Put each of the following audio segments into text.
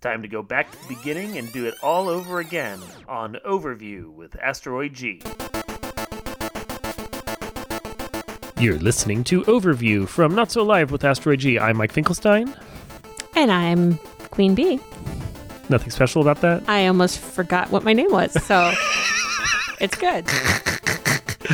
Time to go back to the beginning and do it all over again on Overview with Asteroid G. You're listening to Overview from Not So Live with Asteroid G. I'm Mike Finkelstein. And I'm Queen Bee. Nothing special about that. I almost forgot what my name was, so it's good.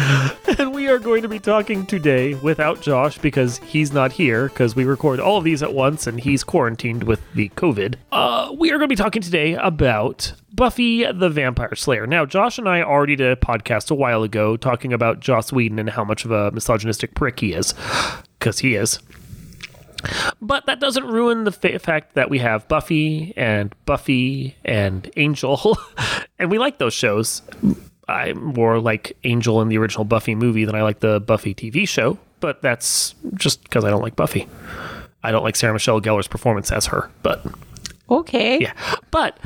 And we are going to be talking today without Josh because he's not here because we record all of these at once and he's quarantined with the COVID. Uh, we are going to be talking today about Buffy the Vampire Slayer. Now, Josh and I already did a podcast a while ago talking about Joss Whedon and how much of a misogynistic prick he is because he is. But that doesn't ruin the fa- fact that we have Buffy and Buffy and Angel, and we like those shows. I more like Angel in the original Buffy movie than I like the Buffy TV show, but that's just because I don't like Buffy. I don't like Sarah Michelle Gellar's performance as her, but Okay. yeah. But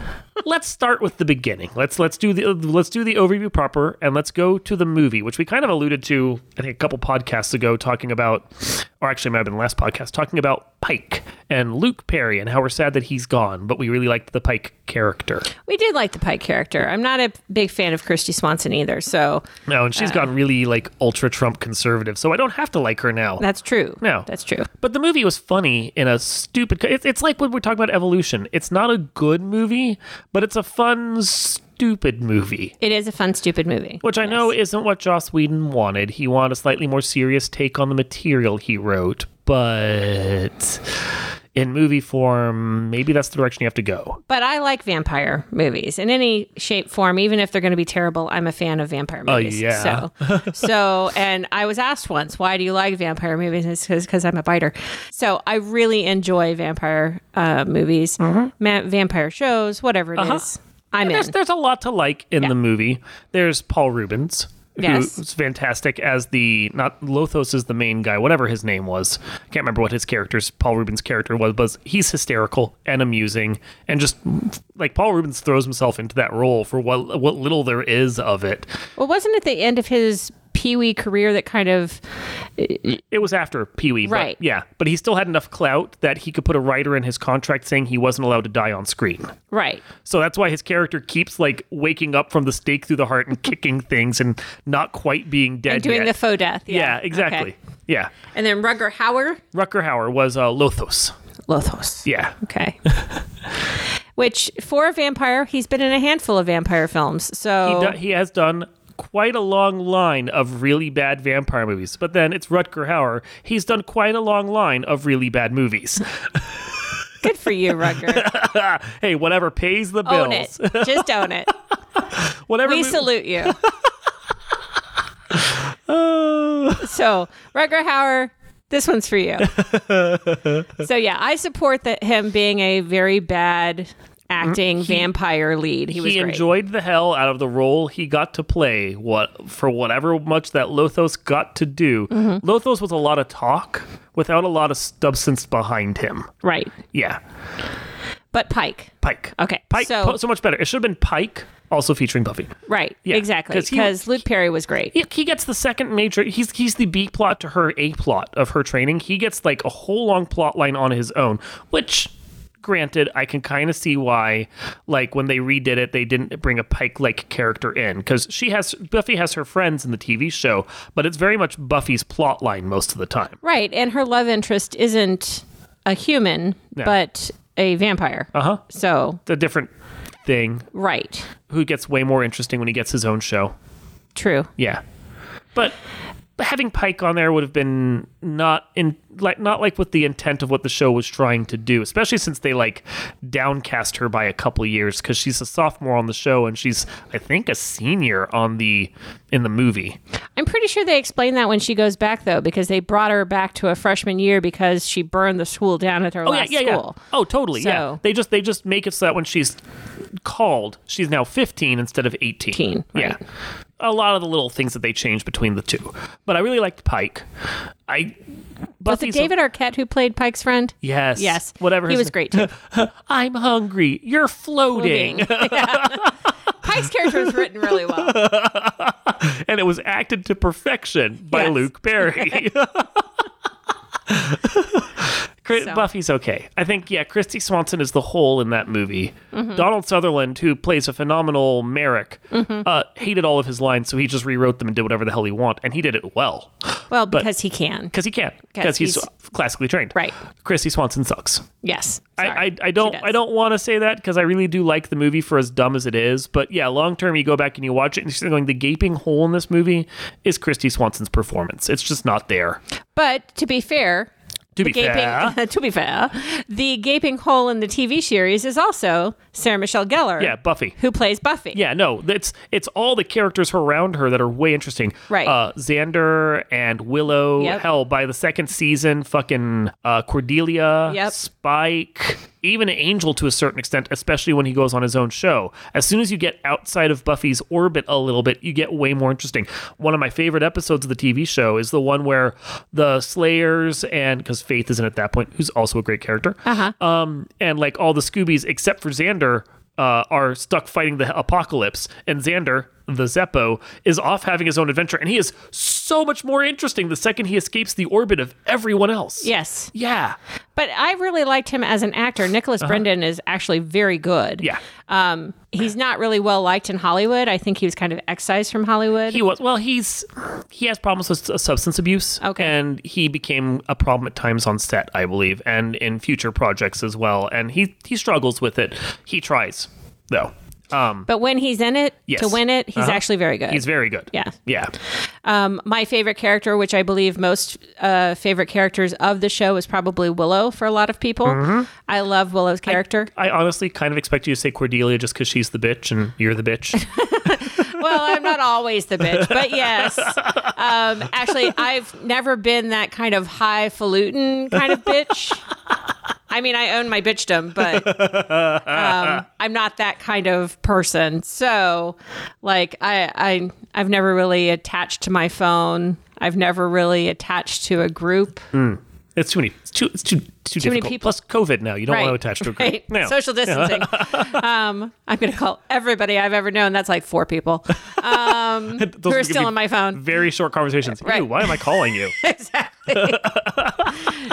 let's start with the beginning. Let's let's do the let's do the overview proper and let's go to the movie, which we kind of alluded to I think a couple podcasts ago talking about or actually it might have been the last podcast talking about Pike and Luke Perry and how we're sad that he's gone, but we really liked the Pike character. We did like the Pike character. I'm not a big fan of Christy Swanson either, so No, and she's gone really like ultra Trump conservative, so I don't have to like her now. that's true. No. That's true. But the movie was funny in a stupid. It, it's like when we're talking about evolution. It's not a good movie, but it's a fun, stupid movie. It is a fun, stupid movie. Which I know isn't what Joss Whedon wanted. He wanted a slightly more serious take on the material he wrote, but in movie form, maybe that's the direction you have to go. But I like vampire movies in any shape, form, even if they're going to be terrible. I'm a fan of vampire movies. yeah. So, so, and I was asked once, why do you like vampire movies? And It's because I'm a biter. So I really enjoy vampire uh, movies, ma- vampire shows, whatever it is. I'm in. There's, there's a lot to like in the movie. There's Paul Rubens, Yes. who's fantastic as the not Lothos is the main guy, whatever his name was. I can't remember what his character's Paul Rubens character was, but he's hysterical and amusing and just like Paul Rubens throws himself into that role for what what little there is of it. Well, wasn't it the end of his Pee Wee career that kind of It was after Pee Wee, but- Right. yeah, but he still had enough clout that he could put a writer in his contract saying he wasn't allowed to die on screen. right? So that's why his character keeps like waking up from the stake through the heart and kicking things and not quite being dead And doing yet. the faux death. Yeah, yeah, exactly. Okay. Yeah. And then Rugger Hauer, Rucker Hauer was uh, Lothos. Lothos. Yeah. Okay. Which for a vampire, he's been in a handful of vampire films. So He, do- he has done quite a long line of really bad vampire movies. But then it's Rutger Hauer. He's done quite a long line of really bad movies. good for you, Rugger. hey, whatever pays the bills. own it. Just own it. Whatever We mo- salute you. So Rugger Hauer, this one's for you. so yeah, I support that him being a very bad acting vampire lead. He, was Mm, he great. enjoyed the hell out of the role he got to play what for whatever much that Lothos got to do. Mm-hmm. Lothos was a lot of talk without a lot of substance behind him. right. Yeah. But Pike. Pike. Okay. Pike So- po- so much better. It should have been Pike also featuring Buffy. Right. Yeah, exactly. 'cause he- Because Luke Perry was great. He- He gets the second major. He's he's the B plot to her A plot of her training. He gets like a whole long plot line on his own, which, granted, I can kind of see why. Like when they redid it, they didn't bring a Pike like character in because she has Buffy has her friends in the TV show, but it's very much Buffy's plot line most of the time. Right. And her love interest isn't a human, but a vampire. Oh. Uh huh. So, Uh-huh. It's a different thing. right. Who gets way more interesting when he gets his own show? True. Yeah, but having Pike on there would have been not in like not like with the intent of what the show was trying to do, especially since they like downcast her by a couple years because she's a sophomore on the show and she's I think a senior on the in the movie. I'm pretty sure they explained that when she goes back, though, because they brought her back to a freshman year because she burned the school down at her Oh yeah, last yeah, school. yeah. Oh totally. Yeah, So- they just they just make it so that when she's called, she's now 15 instead of 18. 18, Yeah. A lot of the little things that they changed between the two, but I really liked Pike. I Was it David Arquette who played Pike's friend? Yes. Yes. Whatever. He his was name- great too. I'm hungry. You're floating. Yeah. Pike's character was written really well. and it was acted to perfection by Yes. Luke Perry. Chris, So- Buffy's okay. I think yeah, Christy Swanson is the whole in that movie. Mm-hmm. Donald Sutherland, who plays a phenomenal Merrick, Mm-hmm. uh, hated all of his lines, so he just rewrote them and did whatever the hell he want, and he did it well Well, because he can. because he can because 'Cause he's, he's- classically trained. Right. Christy Swanson sucks. Yes. I, I, Sorry. I don't She does. I don't want to say that because I really do like the movie for as dumb as it is. But yeah, long term you go back and you watch it and you're still going the gaping hole in this movie is Christy Swanson's performance. It's just not there. But to be fair, To be gaping fair, to be fair, the gaping hole in the TV series is also Sarah Michelle Gellar. yeah, Buffy. Who plays Buffy? Yeah, no, it's it's all the characters around her that are way interesting. Right. Uh, Xander and Willow. Yep. Hell, by the second season, fucking uh, Cordelia, Yep. Spike, even Angel to a certain extent, especially when he goes on his own show. As soon as you get outside of Buffy's orbit a little bit, you get way more interesting. One of my favorite episodes of the TV show is the one where the Slayers and because Faith isn't at that point, who's also a great character, um, and like all the Scoobies except for Xander uh, are stuck fighting the apocalypse, and Xander, the Zeppo, is off having his own adventure, and he is so much more interesting the second he escapes the orbit of everyone else. Yes. Yeah. But I really liked him as an actor. Nicholas Brendan is actually very good. Uh-huh. Yeah. Um, he's not really well liked in Hollywood. I think he was kind of excised from Hollywood. He was well. He's he has problems with s- substance abuse. Okay. and he became a problem at times on set, I believe, and in future projects as well. And he he struggles with it. He tries though. Um, but when he's in it Yes. to win it, he's Uh-huh. actually very good. he's very good. yeah. yeah. Um, my favorite character, which I believe most uh, favorite characters of the show, is probably Willow for a lot of people. I love Willow's character. Mm-hmm. I honestly kind of expect you to say Cordelia just because she's the bitch and you're the bitch. well, I'm not always the bitch, but yes. Um, actually, I've never been that kind of highfalutin kind of bitch. I mean, I own my bitchdom, but um, I'm not that kind of person. So, like, I, I, I've never really attached to my phone. I've never really attached to a group. it's too many. It's too. It's too. Too, many difficult. people. Plus COVID now. You don't want to Right. attach to a group. Right. No. Social distancing. um, I'm going to call everybody I've ever known. That's like four people Those who are are gonna still be on my phone. Very short conversations. Ew, Right. why am I calling you, exactly.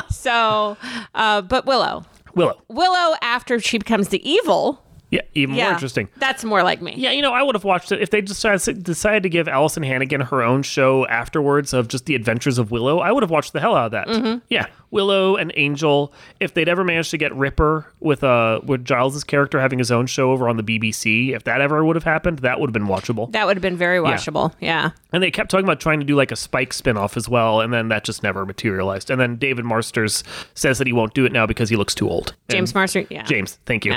so, uh, but Willow. Willow? Willow, after she becomes the evil, Yeah, even yeah, more interesting. That's more like me. Yeah, you know, I would have watched it if they decided decided to give Allison Hannigan her own show afterwards of just the adventures of Willow. I would have watched the hell out of that. Mm-hmm. Yeah, Willow and Angel. If they'd ever managed to get Ripper with uh with Giles's character having his own show over on the BBC, if that ever would have happened, that would have been watchable. That would have been very watchable. Yeah. And they kept talking about trying to do like a Spike spinoff as well, and then that just never materialized. And then David Marsters says that he won't do it now because he looks too old. And- James Marsters. Yeah. James, thank you.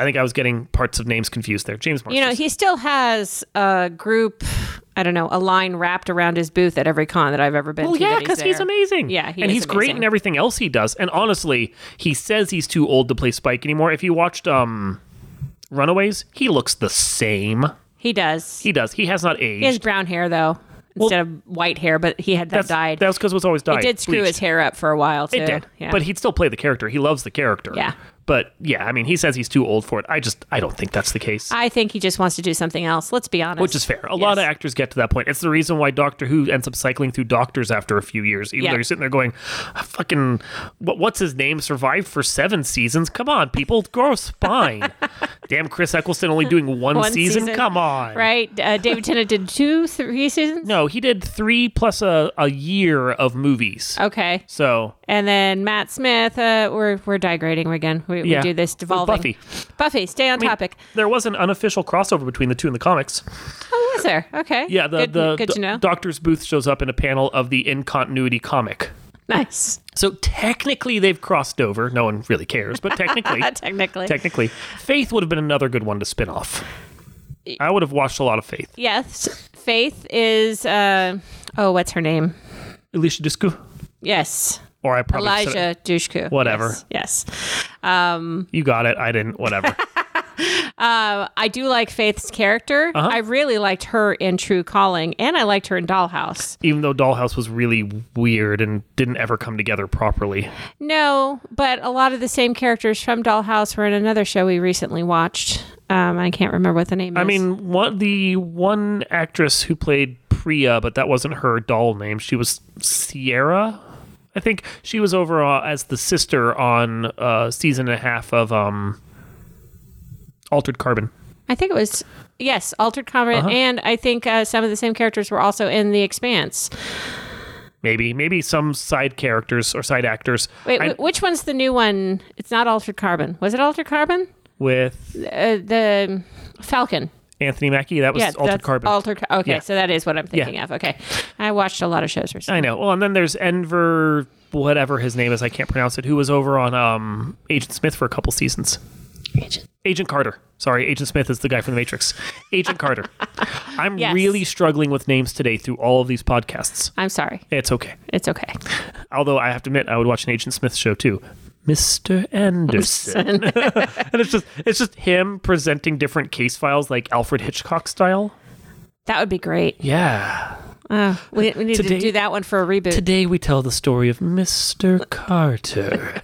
I think I was getting parts of names confused there. James Marsters. You know, he still has a group, I don't know, a line wrapped around his booth at every con that I've ever been Well, to. yeah, that because he's there. amazing. Yeah, he and is he's great in amazing. everything else he does. And honestly, he says he's too old to play Spike anymore. If you watched um, Runaways, he looks the same. He does. He He does. He has not aged. has brown hair, though, instead of white hair, but he had That's- that dyed. That was because it was always dyed. He did screw his bleached. hair up for a while, too. It did. Yeah. But he'd still play the character. He loves the character. Yeah. But yeah, I mean, he says he's too old for it. I just, I don't think that's the case. I think he just wants to do something else. Let's be honest. which is fair. A lot of Yes. actors get to that point. It's the reason why Doctor Who ends up cycling through doctors after a few years. Even Yeah. though you're sitting there going, "Ah, "Fucking, what, what's his name? Survived for seven seasons. Come on, people, grow a spine. Damn, Chris Eccleston only doing one, One season? season. Come on, right? Uh, David Tennant did two, three seasons. No, he did three plus a, a year of movies. Okay, So and then Matt Smith. Uh, we're we're degrading again. We, Yeah. we do this With devolving. Buffy. Buffy, stay on topic. there was an unofficial crossover between the two in the comics. Oh, was there? Okay. Yeah, the good, the, good the to know. Doctor's Booth shows up in a panel of the in continuity comic. nice. So technically, they've crossed over. No one really cares, but technically, Uh, technically. Technically, Faith would have been another good one to spin off. I would have watched a lot of Faith. yes. Faith is. Uh, oh, what's her name? Alicia Disco, Yes. or I probably said it. Elijah Dushku. Whatever. Yes. yes. You got it. I didn't. Whatever. Uh, I do like Faith's character. Uh-huh. I really liked her in True Calling, and I liked her in Dollhouse. Even though Dollhouse was really weird and didn't ever come together properly. No, but a lot of the same characters from Dollhouse were in another show we recently watched. Um, I can't remember what the name is. I mean, one, the one actress who played Priya, but that wasn't her doll name. She was Sierra. I I think she was over uh, as the sister on uh, season and a half of um, Altered Carbon. I think it was yes, Altered Comet, Uh-huh. and I think uh, some of the same characters were also in The Expanse. Maybe, maybe some side characters or side actors. Wait, I- wh- which one's the new one? It's not Altered Carbon. Was it Altered Carbon? with Uh, the Falcon. Anthony Mackie, that was Yeah, Altered that's Carbon. Altered. Car- Okay, Yeah. so that is what I'm thinking of. Okay, I watched a lot of shows recently. I know. Well, and then there's Enver, whatever his name is, I can't pronounce it, who was over on um, Agent Smith for a couple seasons. Agent- Agent Carter. Sorry, Agent Smith is the guy from The Matrix. Agent Carter. I'm Yes. really struggling with names today through all of these podcasts. I'm sorry. It's okay. It's okay. Although I have to admit, I would watch an Agent Smith show too. Mr. Anderson. and it's just it's just him presenting different case files like Alfred Hitchcock style. That would be great. Yeah. Uh, we, we need Today- to do that one for a reboot. Today we tell the story of Mr. Carter.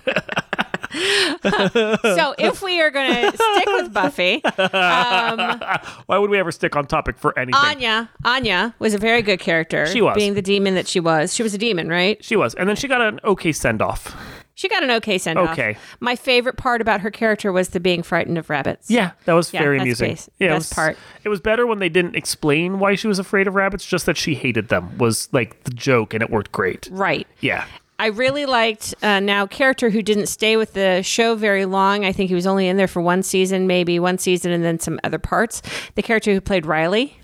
So if we are going to stick with Buffy, Why would we ever stick on topic for anything? Anya, Anya was a very good character. She was. being the demon that she was. She was a demon, right? She was, and then she got an okay send off. She got an okay send off. Okay. My favorite part about her character was the being frightened of rabbits. Yeah, that was very that's amusing. base- Yeah, it best was- part. It was better when they didn't explain why she was afraid of rabbits, just that she hated them was like the joke, and it worked great. Right. Yeah, I really liked uh, now character who didn't stay with the show very long. I think he was only in there for one season, maybe one season, and then some other parts. The character who played Riley,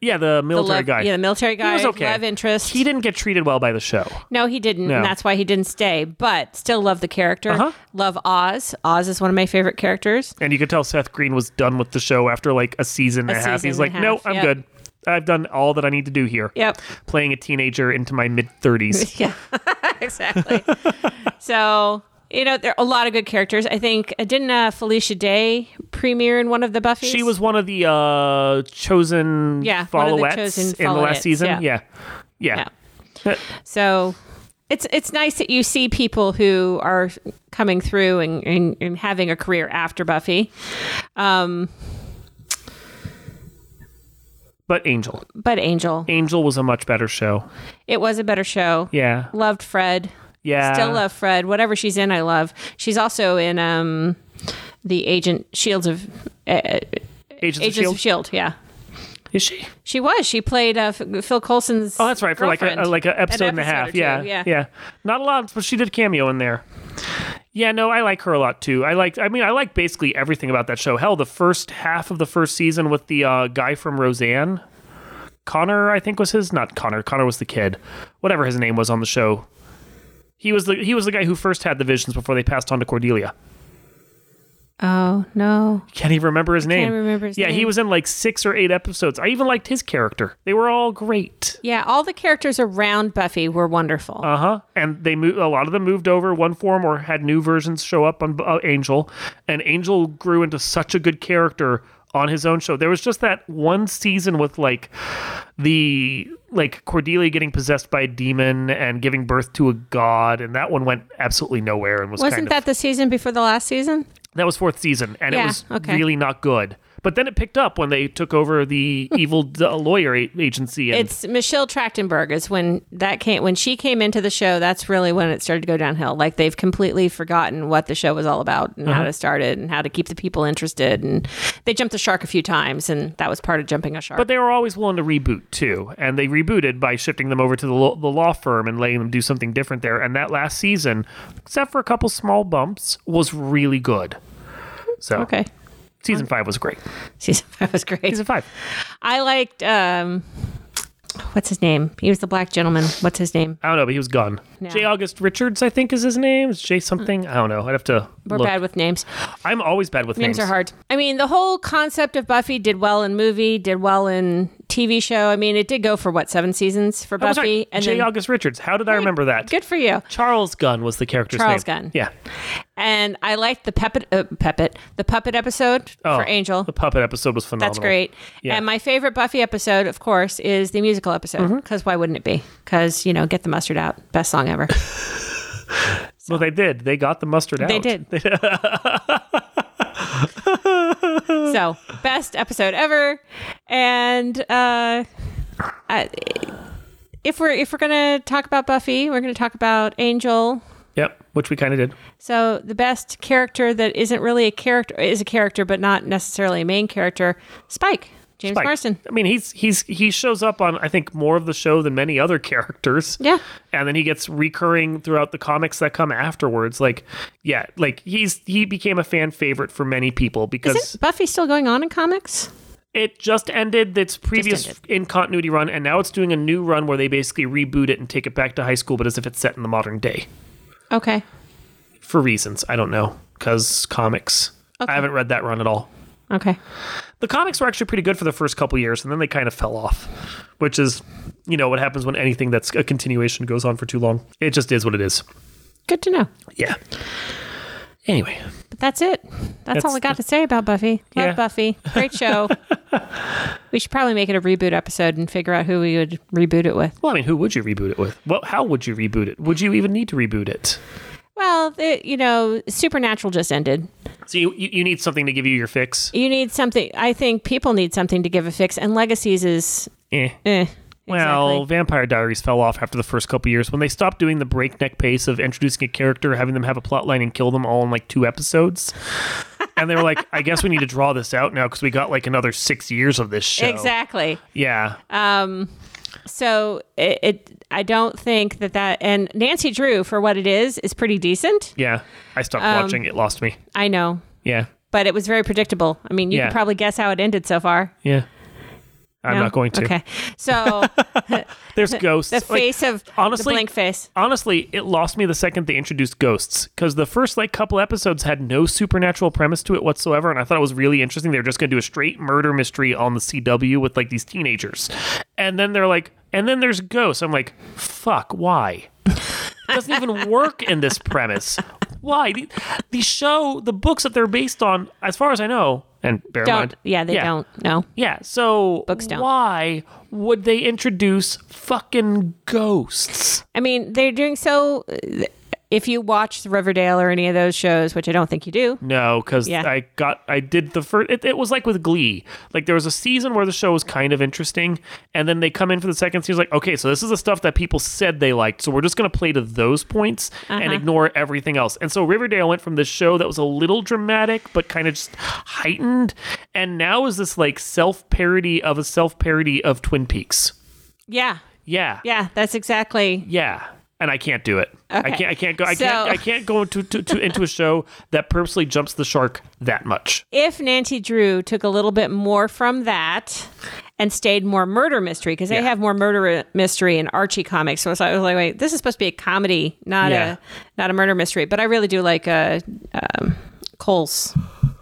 yeah, the the military love, guy. yeah, the military guy, was okay. love interest. he didn't get treated well by the show. No, he didn't. No. And that's why he didn't stay, but still love the character. Uh-huh. Love Oz. Oz is one of my favorite characters. And you could tell Seth Green was done with the show after like a season and a, half. season He's and like, a half, no, I'm yeah. good. I've done all that I need to do here. Yep. Playing a teenager into my mid 30s. Yeah, exactly. so, you know, there are a lot of good characters. I think, uh, didn't uh, Felicia Day premiere in one of the Buffys? She was one of the uh, chosen Yeah, one followettes of the chosen in the followettes, last season. yeah. Yeah. Yeah. So it's it's nice that you see people who are coming through and, and, and having a career after Buffy. Um, But Angel. but Angel, Angel was a much better show. it was a better show. Yeah. Loved Fred. Yeah. Still love Fred. Whatever she's in, I love. She's also in um, the Agent Shields of uh, Agents, Agents of Shield. of Shield. E Yeah. E Is she? She was. She played uh, F- Phil Coulson's. Oh, that's right. For like a, girlfriend. like a episode, and An a episode half. or two, yeah. yeah. Yeah. Not a lot, but she did cameo in there. Yeah, no, I like her a lot too. I like I mean, I like basically everything about that show. Hell, the first half of the first season with the uh, guy from Roseanne. Connor, I think was his not Connor. Connor was the kid. Whatever his name was on the show. He was the he was the guy who first had the visions before they passed on to Cordelia. Oh no. Can't even remember his name. can't remember his yeah, he name. was in like six or eight episodes. I even liked his character. They were all great. Yeah, all the characters around Buffy were wonderful. Uh huh. And they moved. A lot of them moved over one form or had new versions show up on uh, Angel, and Angel grew into such a good character on his own show. There was just that one season with like the like Cordelia getting possessed by a demon and giving birth to a god, and that one went absolutely nowhere and was Wasn't kind of that the season before the last season? That was fourth season, and it Yeah, was okay. really not good. But then it picked up when they took over the evil d- lawyer a- agency. And It's Michelle Trachtenberg is when that came when she came into the show. That's really when it started to go downhill. Like they've completely forgotten what the show was all about and Uh-huh. how to start it and how to keep the people interested. And they jumped the shark a few times, and that was part of jumping a shark. but they were always willing to reboot too, and they rebooted by shifting them over to the, lo- the law firm and letting them do something different there. And that last season, except for a couple small bumps, was really good. So okay, season five was great. season five was great. Season five, I liked um, what's his name? He was the black gentleman. What's his name? I don't know, but he was gone. Yeah. Mm. J. August Richards, I think, is his name. Is J something? I don't know. I'd have to We're look. bad with names. I'm always bad with names. Names are hard. I mean, the whole concept of Buffy did well in movie, did well in TV show. I mean, it did go for what seven seasons for Oh, Buffy, sorry, and J. then August Richards. How did I remember that? good for you. Charles Gunn was the character's Charles name. Gunn. Yeah. And I liked the puppet, uh, puppet, the puppet episode for Angel. Oh, The puppet episode was phenomenal. That's great. Yeah. And my favorite Buffy episode, of course, is the musical episode. Mm-hmm. Because why wouldn't it be? Because you know, get the mustard out, best song ever. Well, they did. They got the mustard out. They did. so best episode ever, and uh, I, if we're if we're gonna talk about Buffy, we're gonna talk about Angel. Yep, which we kind of did. So the best character that isn't really a character is a character, but not necessarily a main character. Spike, James Spike. Marsden. I mean, he's he's he shows up on I think more of the show than many other characters. Yeah. and then he gets recurring throughout the comics that come afterwards. Like, yeah, like he's he became a fan favorite for many people because Isn't Buffy still going on in comics? it just ended its previous ended. in continuity run, and now it's doing a new run where they basically reboot it and take it back to high school, but as if it's set in the modern day Okay. for reasons I don't know because comics. I haven't read that run at all. Okay. The comics were actually pretty good for the first couple years, and then they kind of fell off, which is, you know, what happens when anything that's a continuation goes on for too long. It just is what it is. Good to know. Yeah. Anyway, But that's it. That's, all That's- I got to say about Buffy. Love Yeah. Buffy. Great show. we should probably make it a reboot episode and figure out who we would reboot it with. well, I mean, who would you reboot it with? Well, how would you reboot it? Would you even need to reboot it? Well, the, you know, Supernatural just ended. So you, you, you need something to give you your fix. You need something. I think people need something to give a fix, and Legacies is Eh. eh. Well, exactly. Vampire Diaries fell off after the first couple years when they stopped doing the breakneck pace of introducing a character, having them have a plot line, and kill them all in like two episodes. and they were like, I guess we need to draw this out now because we got like another six years of this show. exactly. Yeah. So it, it, I don't think that that and Nancy Drew for what it is is pretty decent. yeah. I stopped um, watching. It lost me. I know, Yeah. but it was very predictable. I mean, you Yeah. could probably guess how it ended so far. Yeah. I'm No? not going to. Okay. So There's ghosts. the Like, face of honestly- the blank face. honestly, it lost me the second they introduced ghosts because the first like couple episodes had no supernatural premise to it whatsoever, and I thought it was really interesting. They were just going to do a straight murder mystery on the CW with like these teenagers, and then they're like, and then there's ghosts. I'm like, fuck, why? It doesn't even work in this premise. Why the, the show, the books that they're based on, as far as I know, and bear in Don't. mind, Yeah, they don't. No. yeah, so Books don't. why would they introduce fucking ghosts? I mean, they're doing so. If you watch Riverdale or any of those shows, which I don't think you do, No, because Yeah. I got I did the first. It, it was like with Glee. Like there was a season where the show was kind of interesting, and then they come in for the second season. Like, okay, so this is the stuff that people said they liked, so we're just gonna play to those points Uh-huh. and ignore everything else. And so Riverdale went from this show that was a little dramatic but kind of just heightened, and now is this like self parody of a self parody of Twin Peaks. yeah, Yeah, yeah, that's exactly yeah. And I can't do it. I Okay. can't. I can't go. I So- can't. I can't go into to, to, into a show that purposely jumps the shark that much. if Nancy Drew took a little bit more from that and stayed more murder mystery because they have more murder mystery in Archie comics. So it's like, I was like, wait, this is supposed to be a comedy, not Yeah. a not a murder mystery. But I really do like uh, um, Cole's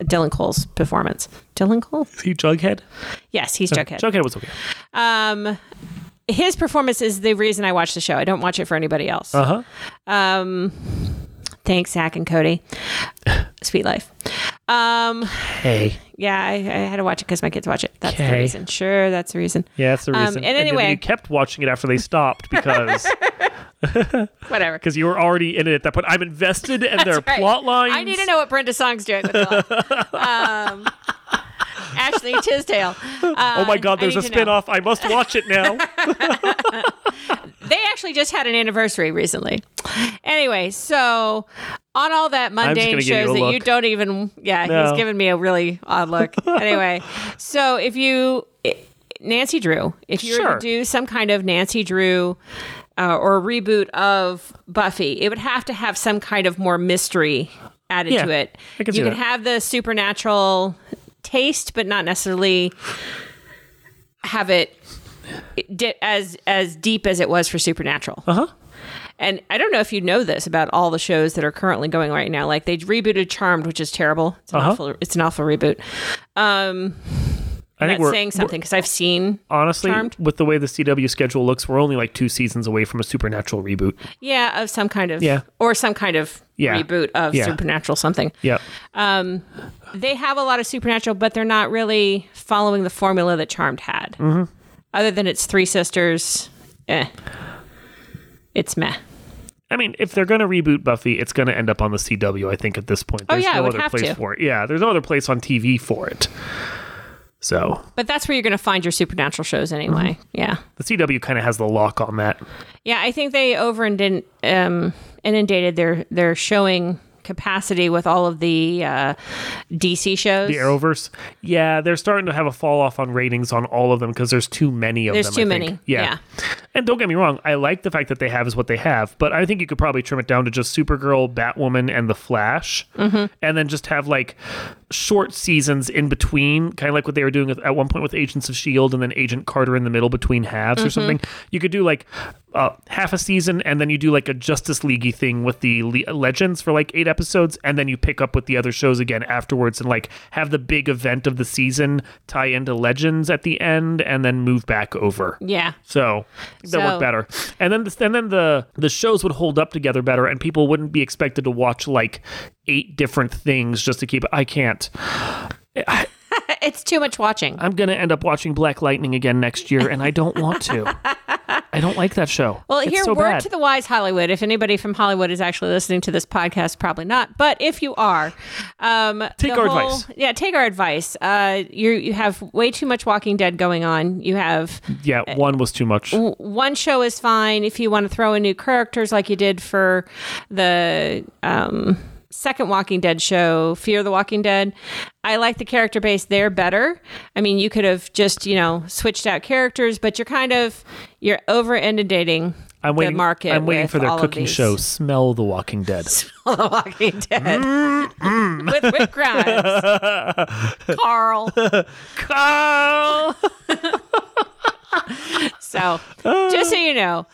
Dylan Cole's performance. Dylan Cole, he Jughead? yes, he's Jughead. Jughead was okay. Um, his performance is the reason I watch the show. I don't watch it for anybody else. Uh huh. Um, thanks, Zach and Cody. Sweet life. Um, Hey. yeah, I, I had to watch it because my kids watch it. That's the Okay. reason. Sure, that's the reason. Yeah, that's the Um, reason. and then anyway- you kept watching it after they stopped because Whatever. because you were already in it at that point. I'm invested in their Right. plot lines. I need to know what Brenda Song's doing with it all. um, Ashley Tisdale. Um, Oh my God, I there's a need to know. spinoff. I must watch it now. They actually just had an anniversary recently. Anyway, so on all that mundane gonna give you shows a that you look. don't even, yeah, No. he's giving me a really odd look. anyway, so if you, Nancy Drew, if you were Sure. to do some kind of Nancy Drew uh, or reboot of Buffy, it would have to have some kind of more mystery added Yeah, to it. I can you see could that. have the supernatural taste, but not necessarily have it di- as as deep as it was for Supernatural. Uh huh. And I don't know if you know this about all the shows that are currently going right now. Like they rebooted Charmed, which is terrible. It's an Uh-huh. awful. It's an awful reboot. Um, I I'm think not we're saying something because I've seen. honestly Charmed. with the way the CW schedule looks, we're only like two seasons away from a supernatural reboot. Yeah, of some kind of Yeah. or some kind of Yeah. reboot of Yeah. supernatural something. Yeah. They have a lot of supernatural, but they're not really following the formula that Charmed had. Other than it's three sisters, eh, it's meh. I mean, if they're going to reboot Buffy, it's going to end up on the CW. I think at this point, there's Oh, yeah, it no would other have place to. for it. Yeah, there's no other place on TV for it. So But that's where you're going to find your supernatural shows anyway. Yeah. the CW kind of has the lock on that. Yeah, I think they over inden- um, inundated their their showing capacity with all of the uh, DC shows. The Arrowverse, yeah, they're starting to have a fall off on ratings on all of them because there's too many of There's them. too I think. many, Yeah. and don't get me wrong, I like the fact that they have is what they have, but I think you could probably trim it down to just Supergirl, Batwoman, and the Flash, and then just have like short seasons in between, kind of like what they were doing with, at one point with Agents of Shield E and then Agent Carter in the middle between halves or something. You could do like uh, half a season, and then you do like a Justice Leaguey thing with the le- Legends for like eight episodes, and then you pick up with the other shows again afterwards, and like have the big event of the season tie into Legends at the end, and then move back over. yeah. So that So- worked better, and then the, and then the the shows would hold up together better, and people wouldn't be expected to watch like eight different things just to keep. I can't. It's too much watching. I'm gonna end up watching Black Lightning again next year, and I don't want to. I don't like that show. Well, It's here, so word bad. to the wise Hollywood. If anybody from Hollywood is actually listening to this podcast, probably not. But if you are, um, Take the our whole- advice. Yeah, take our advice. Uh, you you have way too much Walking Dead going on. You have yeah, one was too much. w- one show is fine if you want to throw in new characters like you did for the um, second Walking Dead show, Fear the Walking Dead. I like the character base there better. I mean, you could have just you know switched out characters, but you're kind of you're over inundating I'm waiting. the market. I'm waiting with for their all of cooking these. show. Smell the Walking Dead. the Walking Dead Mm-hmm. with Rick Grimes, Carl. Carl. So, just so you know,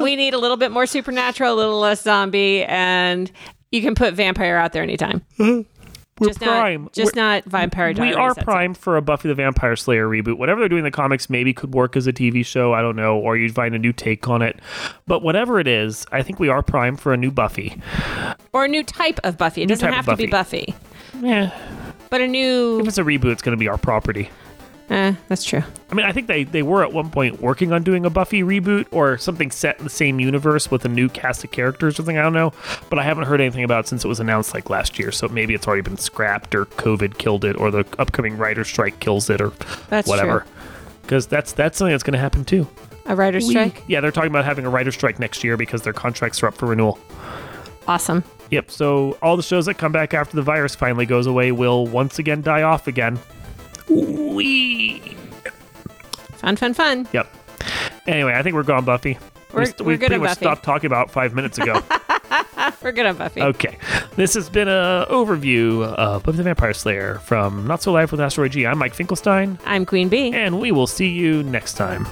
we need a little bit more supernatural, a little less zombie, and you can put vampire out there anytime. We're Just prime. not, just not vampire. We're- we Diaries, are that's it. prime for a Buffy the Vampire Slayer reboot. Whatever they're doing in the comics maybe could work as a TV show. I don't know, or you'd find a new take on it. But whatever it is, I think we are prime for a new Buffy. Or a new type of Buffy. It doesn't type have of to be Buffy, Yeah, but a new. Eh, if it's a reboot, it's going to be our property. Eh, that's true. I mean, I think they, they were at one point working on doing a Buffy reboot or something set in the same universe with a new cast of characters or something. I don't know. But I haven't heard anything about it since it was announced like last year. So maybe it's already been scrapped or COVID killed it or the upcoming writer strike kills it or That's whatever. true. Because that's, that's something that's going to happen too. A writer's strike. Yeah, they're talking about having a writer strike next year because their contracts are up for renewal. Awesome. Yep, so all the shows that come back after the virus finally goes away will once again die off again. Wee. Fun, fun, fun. Yep. Anyway, I think we're gone, Buffy. We're- We st- we're we good pretty on much Buffy. stopped talking about five minutes ago. We're good on Buffy. okay, this has been a overview of Buffy the Vampire Slayer from Not So Live with Asteroid G. I'm Mike Finkelstein, I'm Queen Bee. and we will see you next time.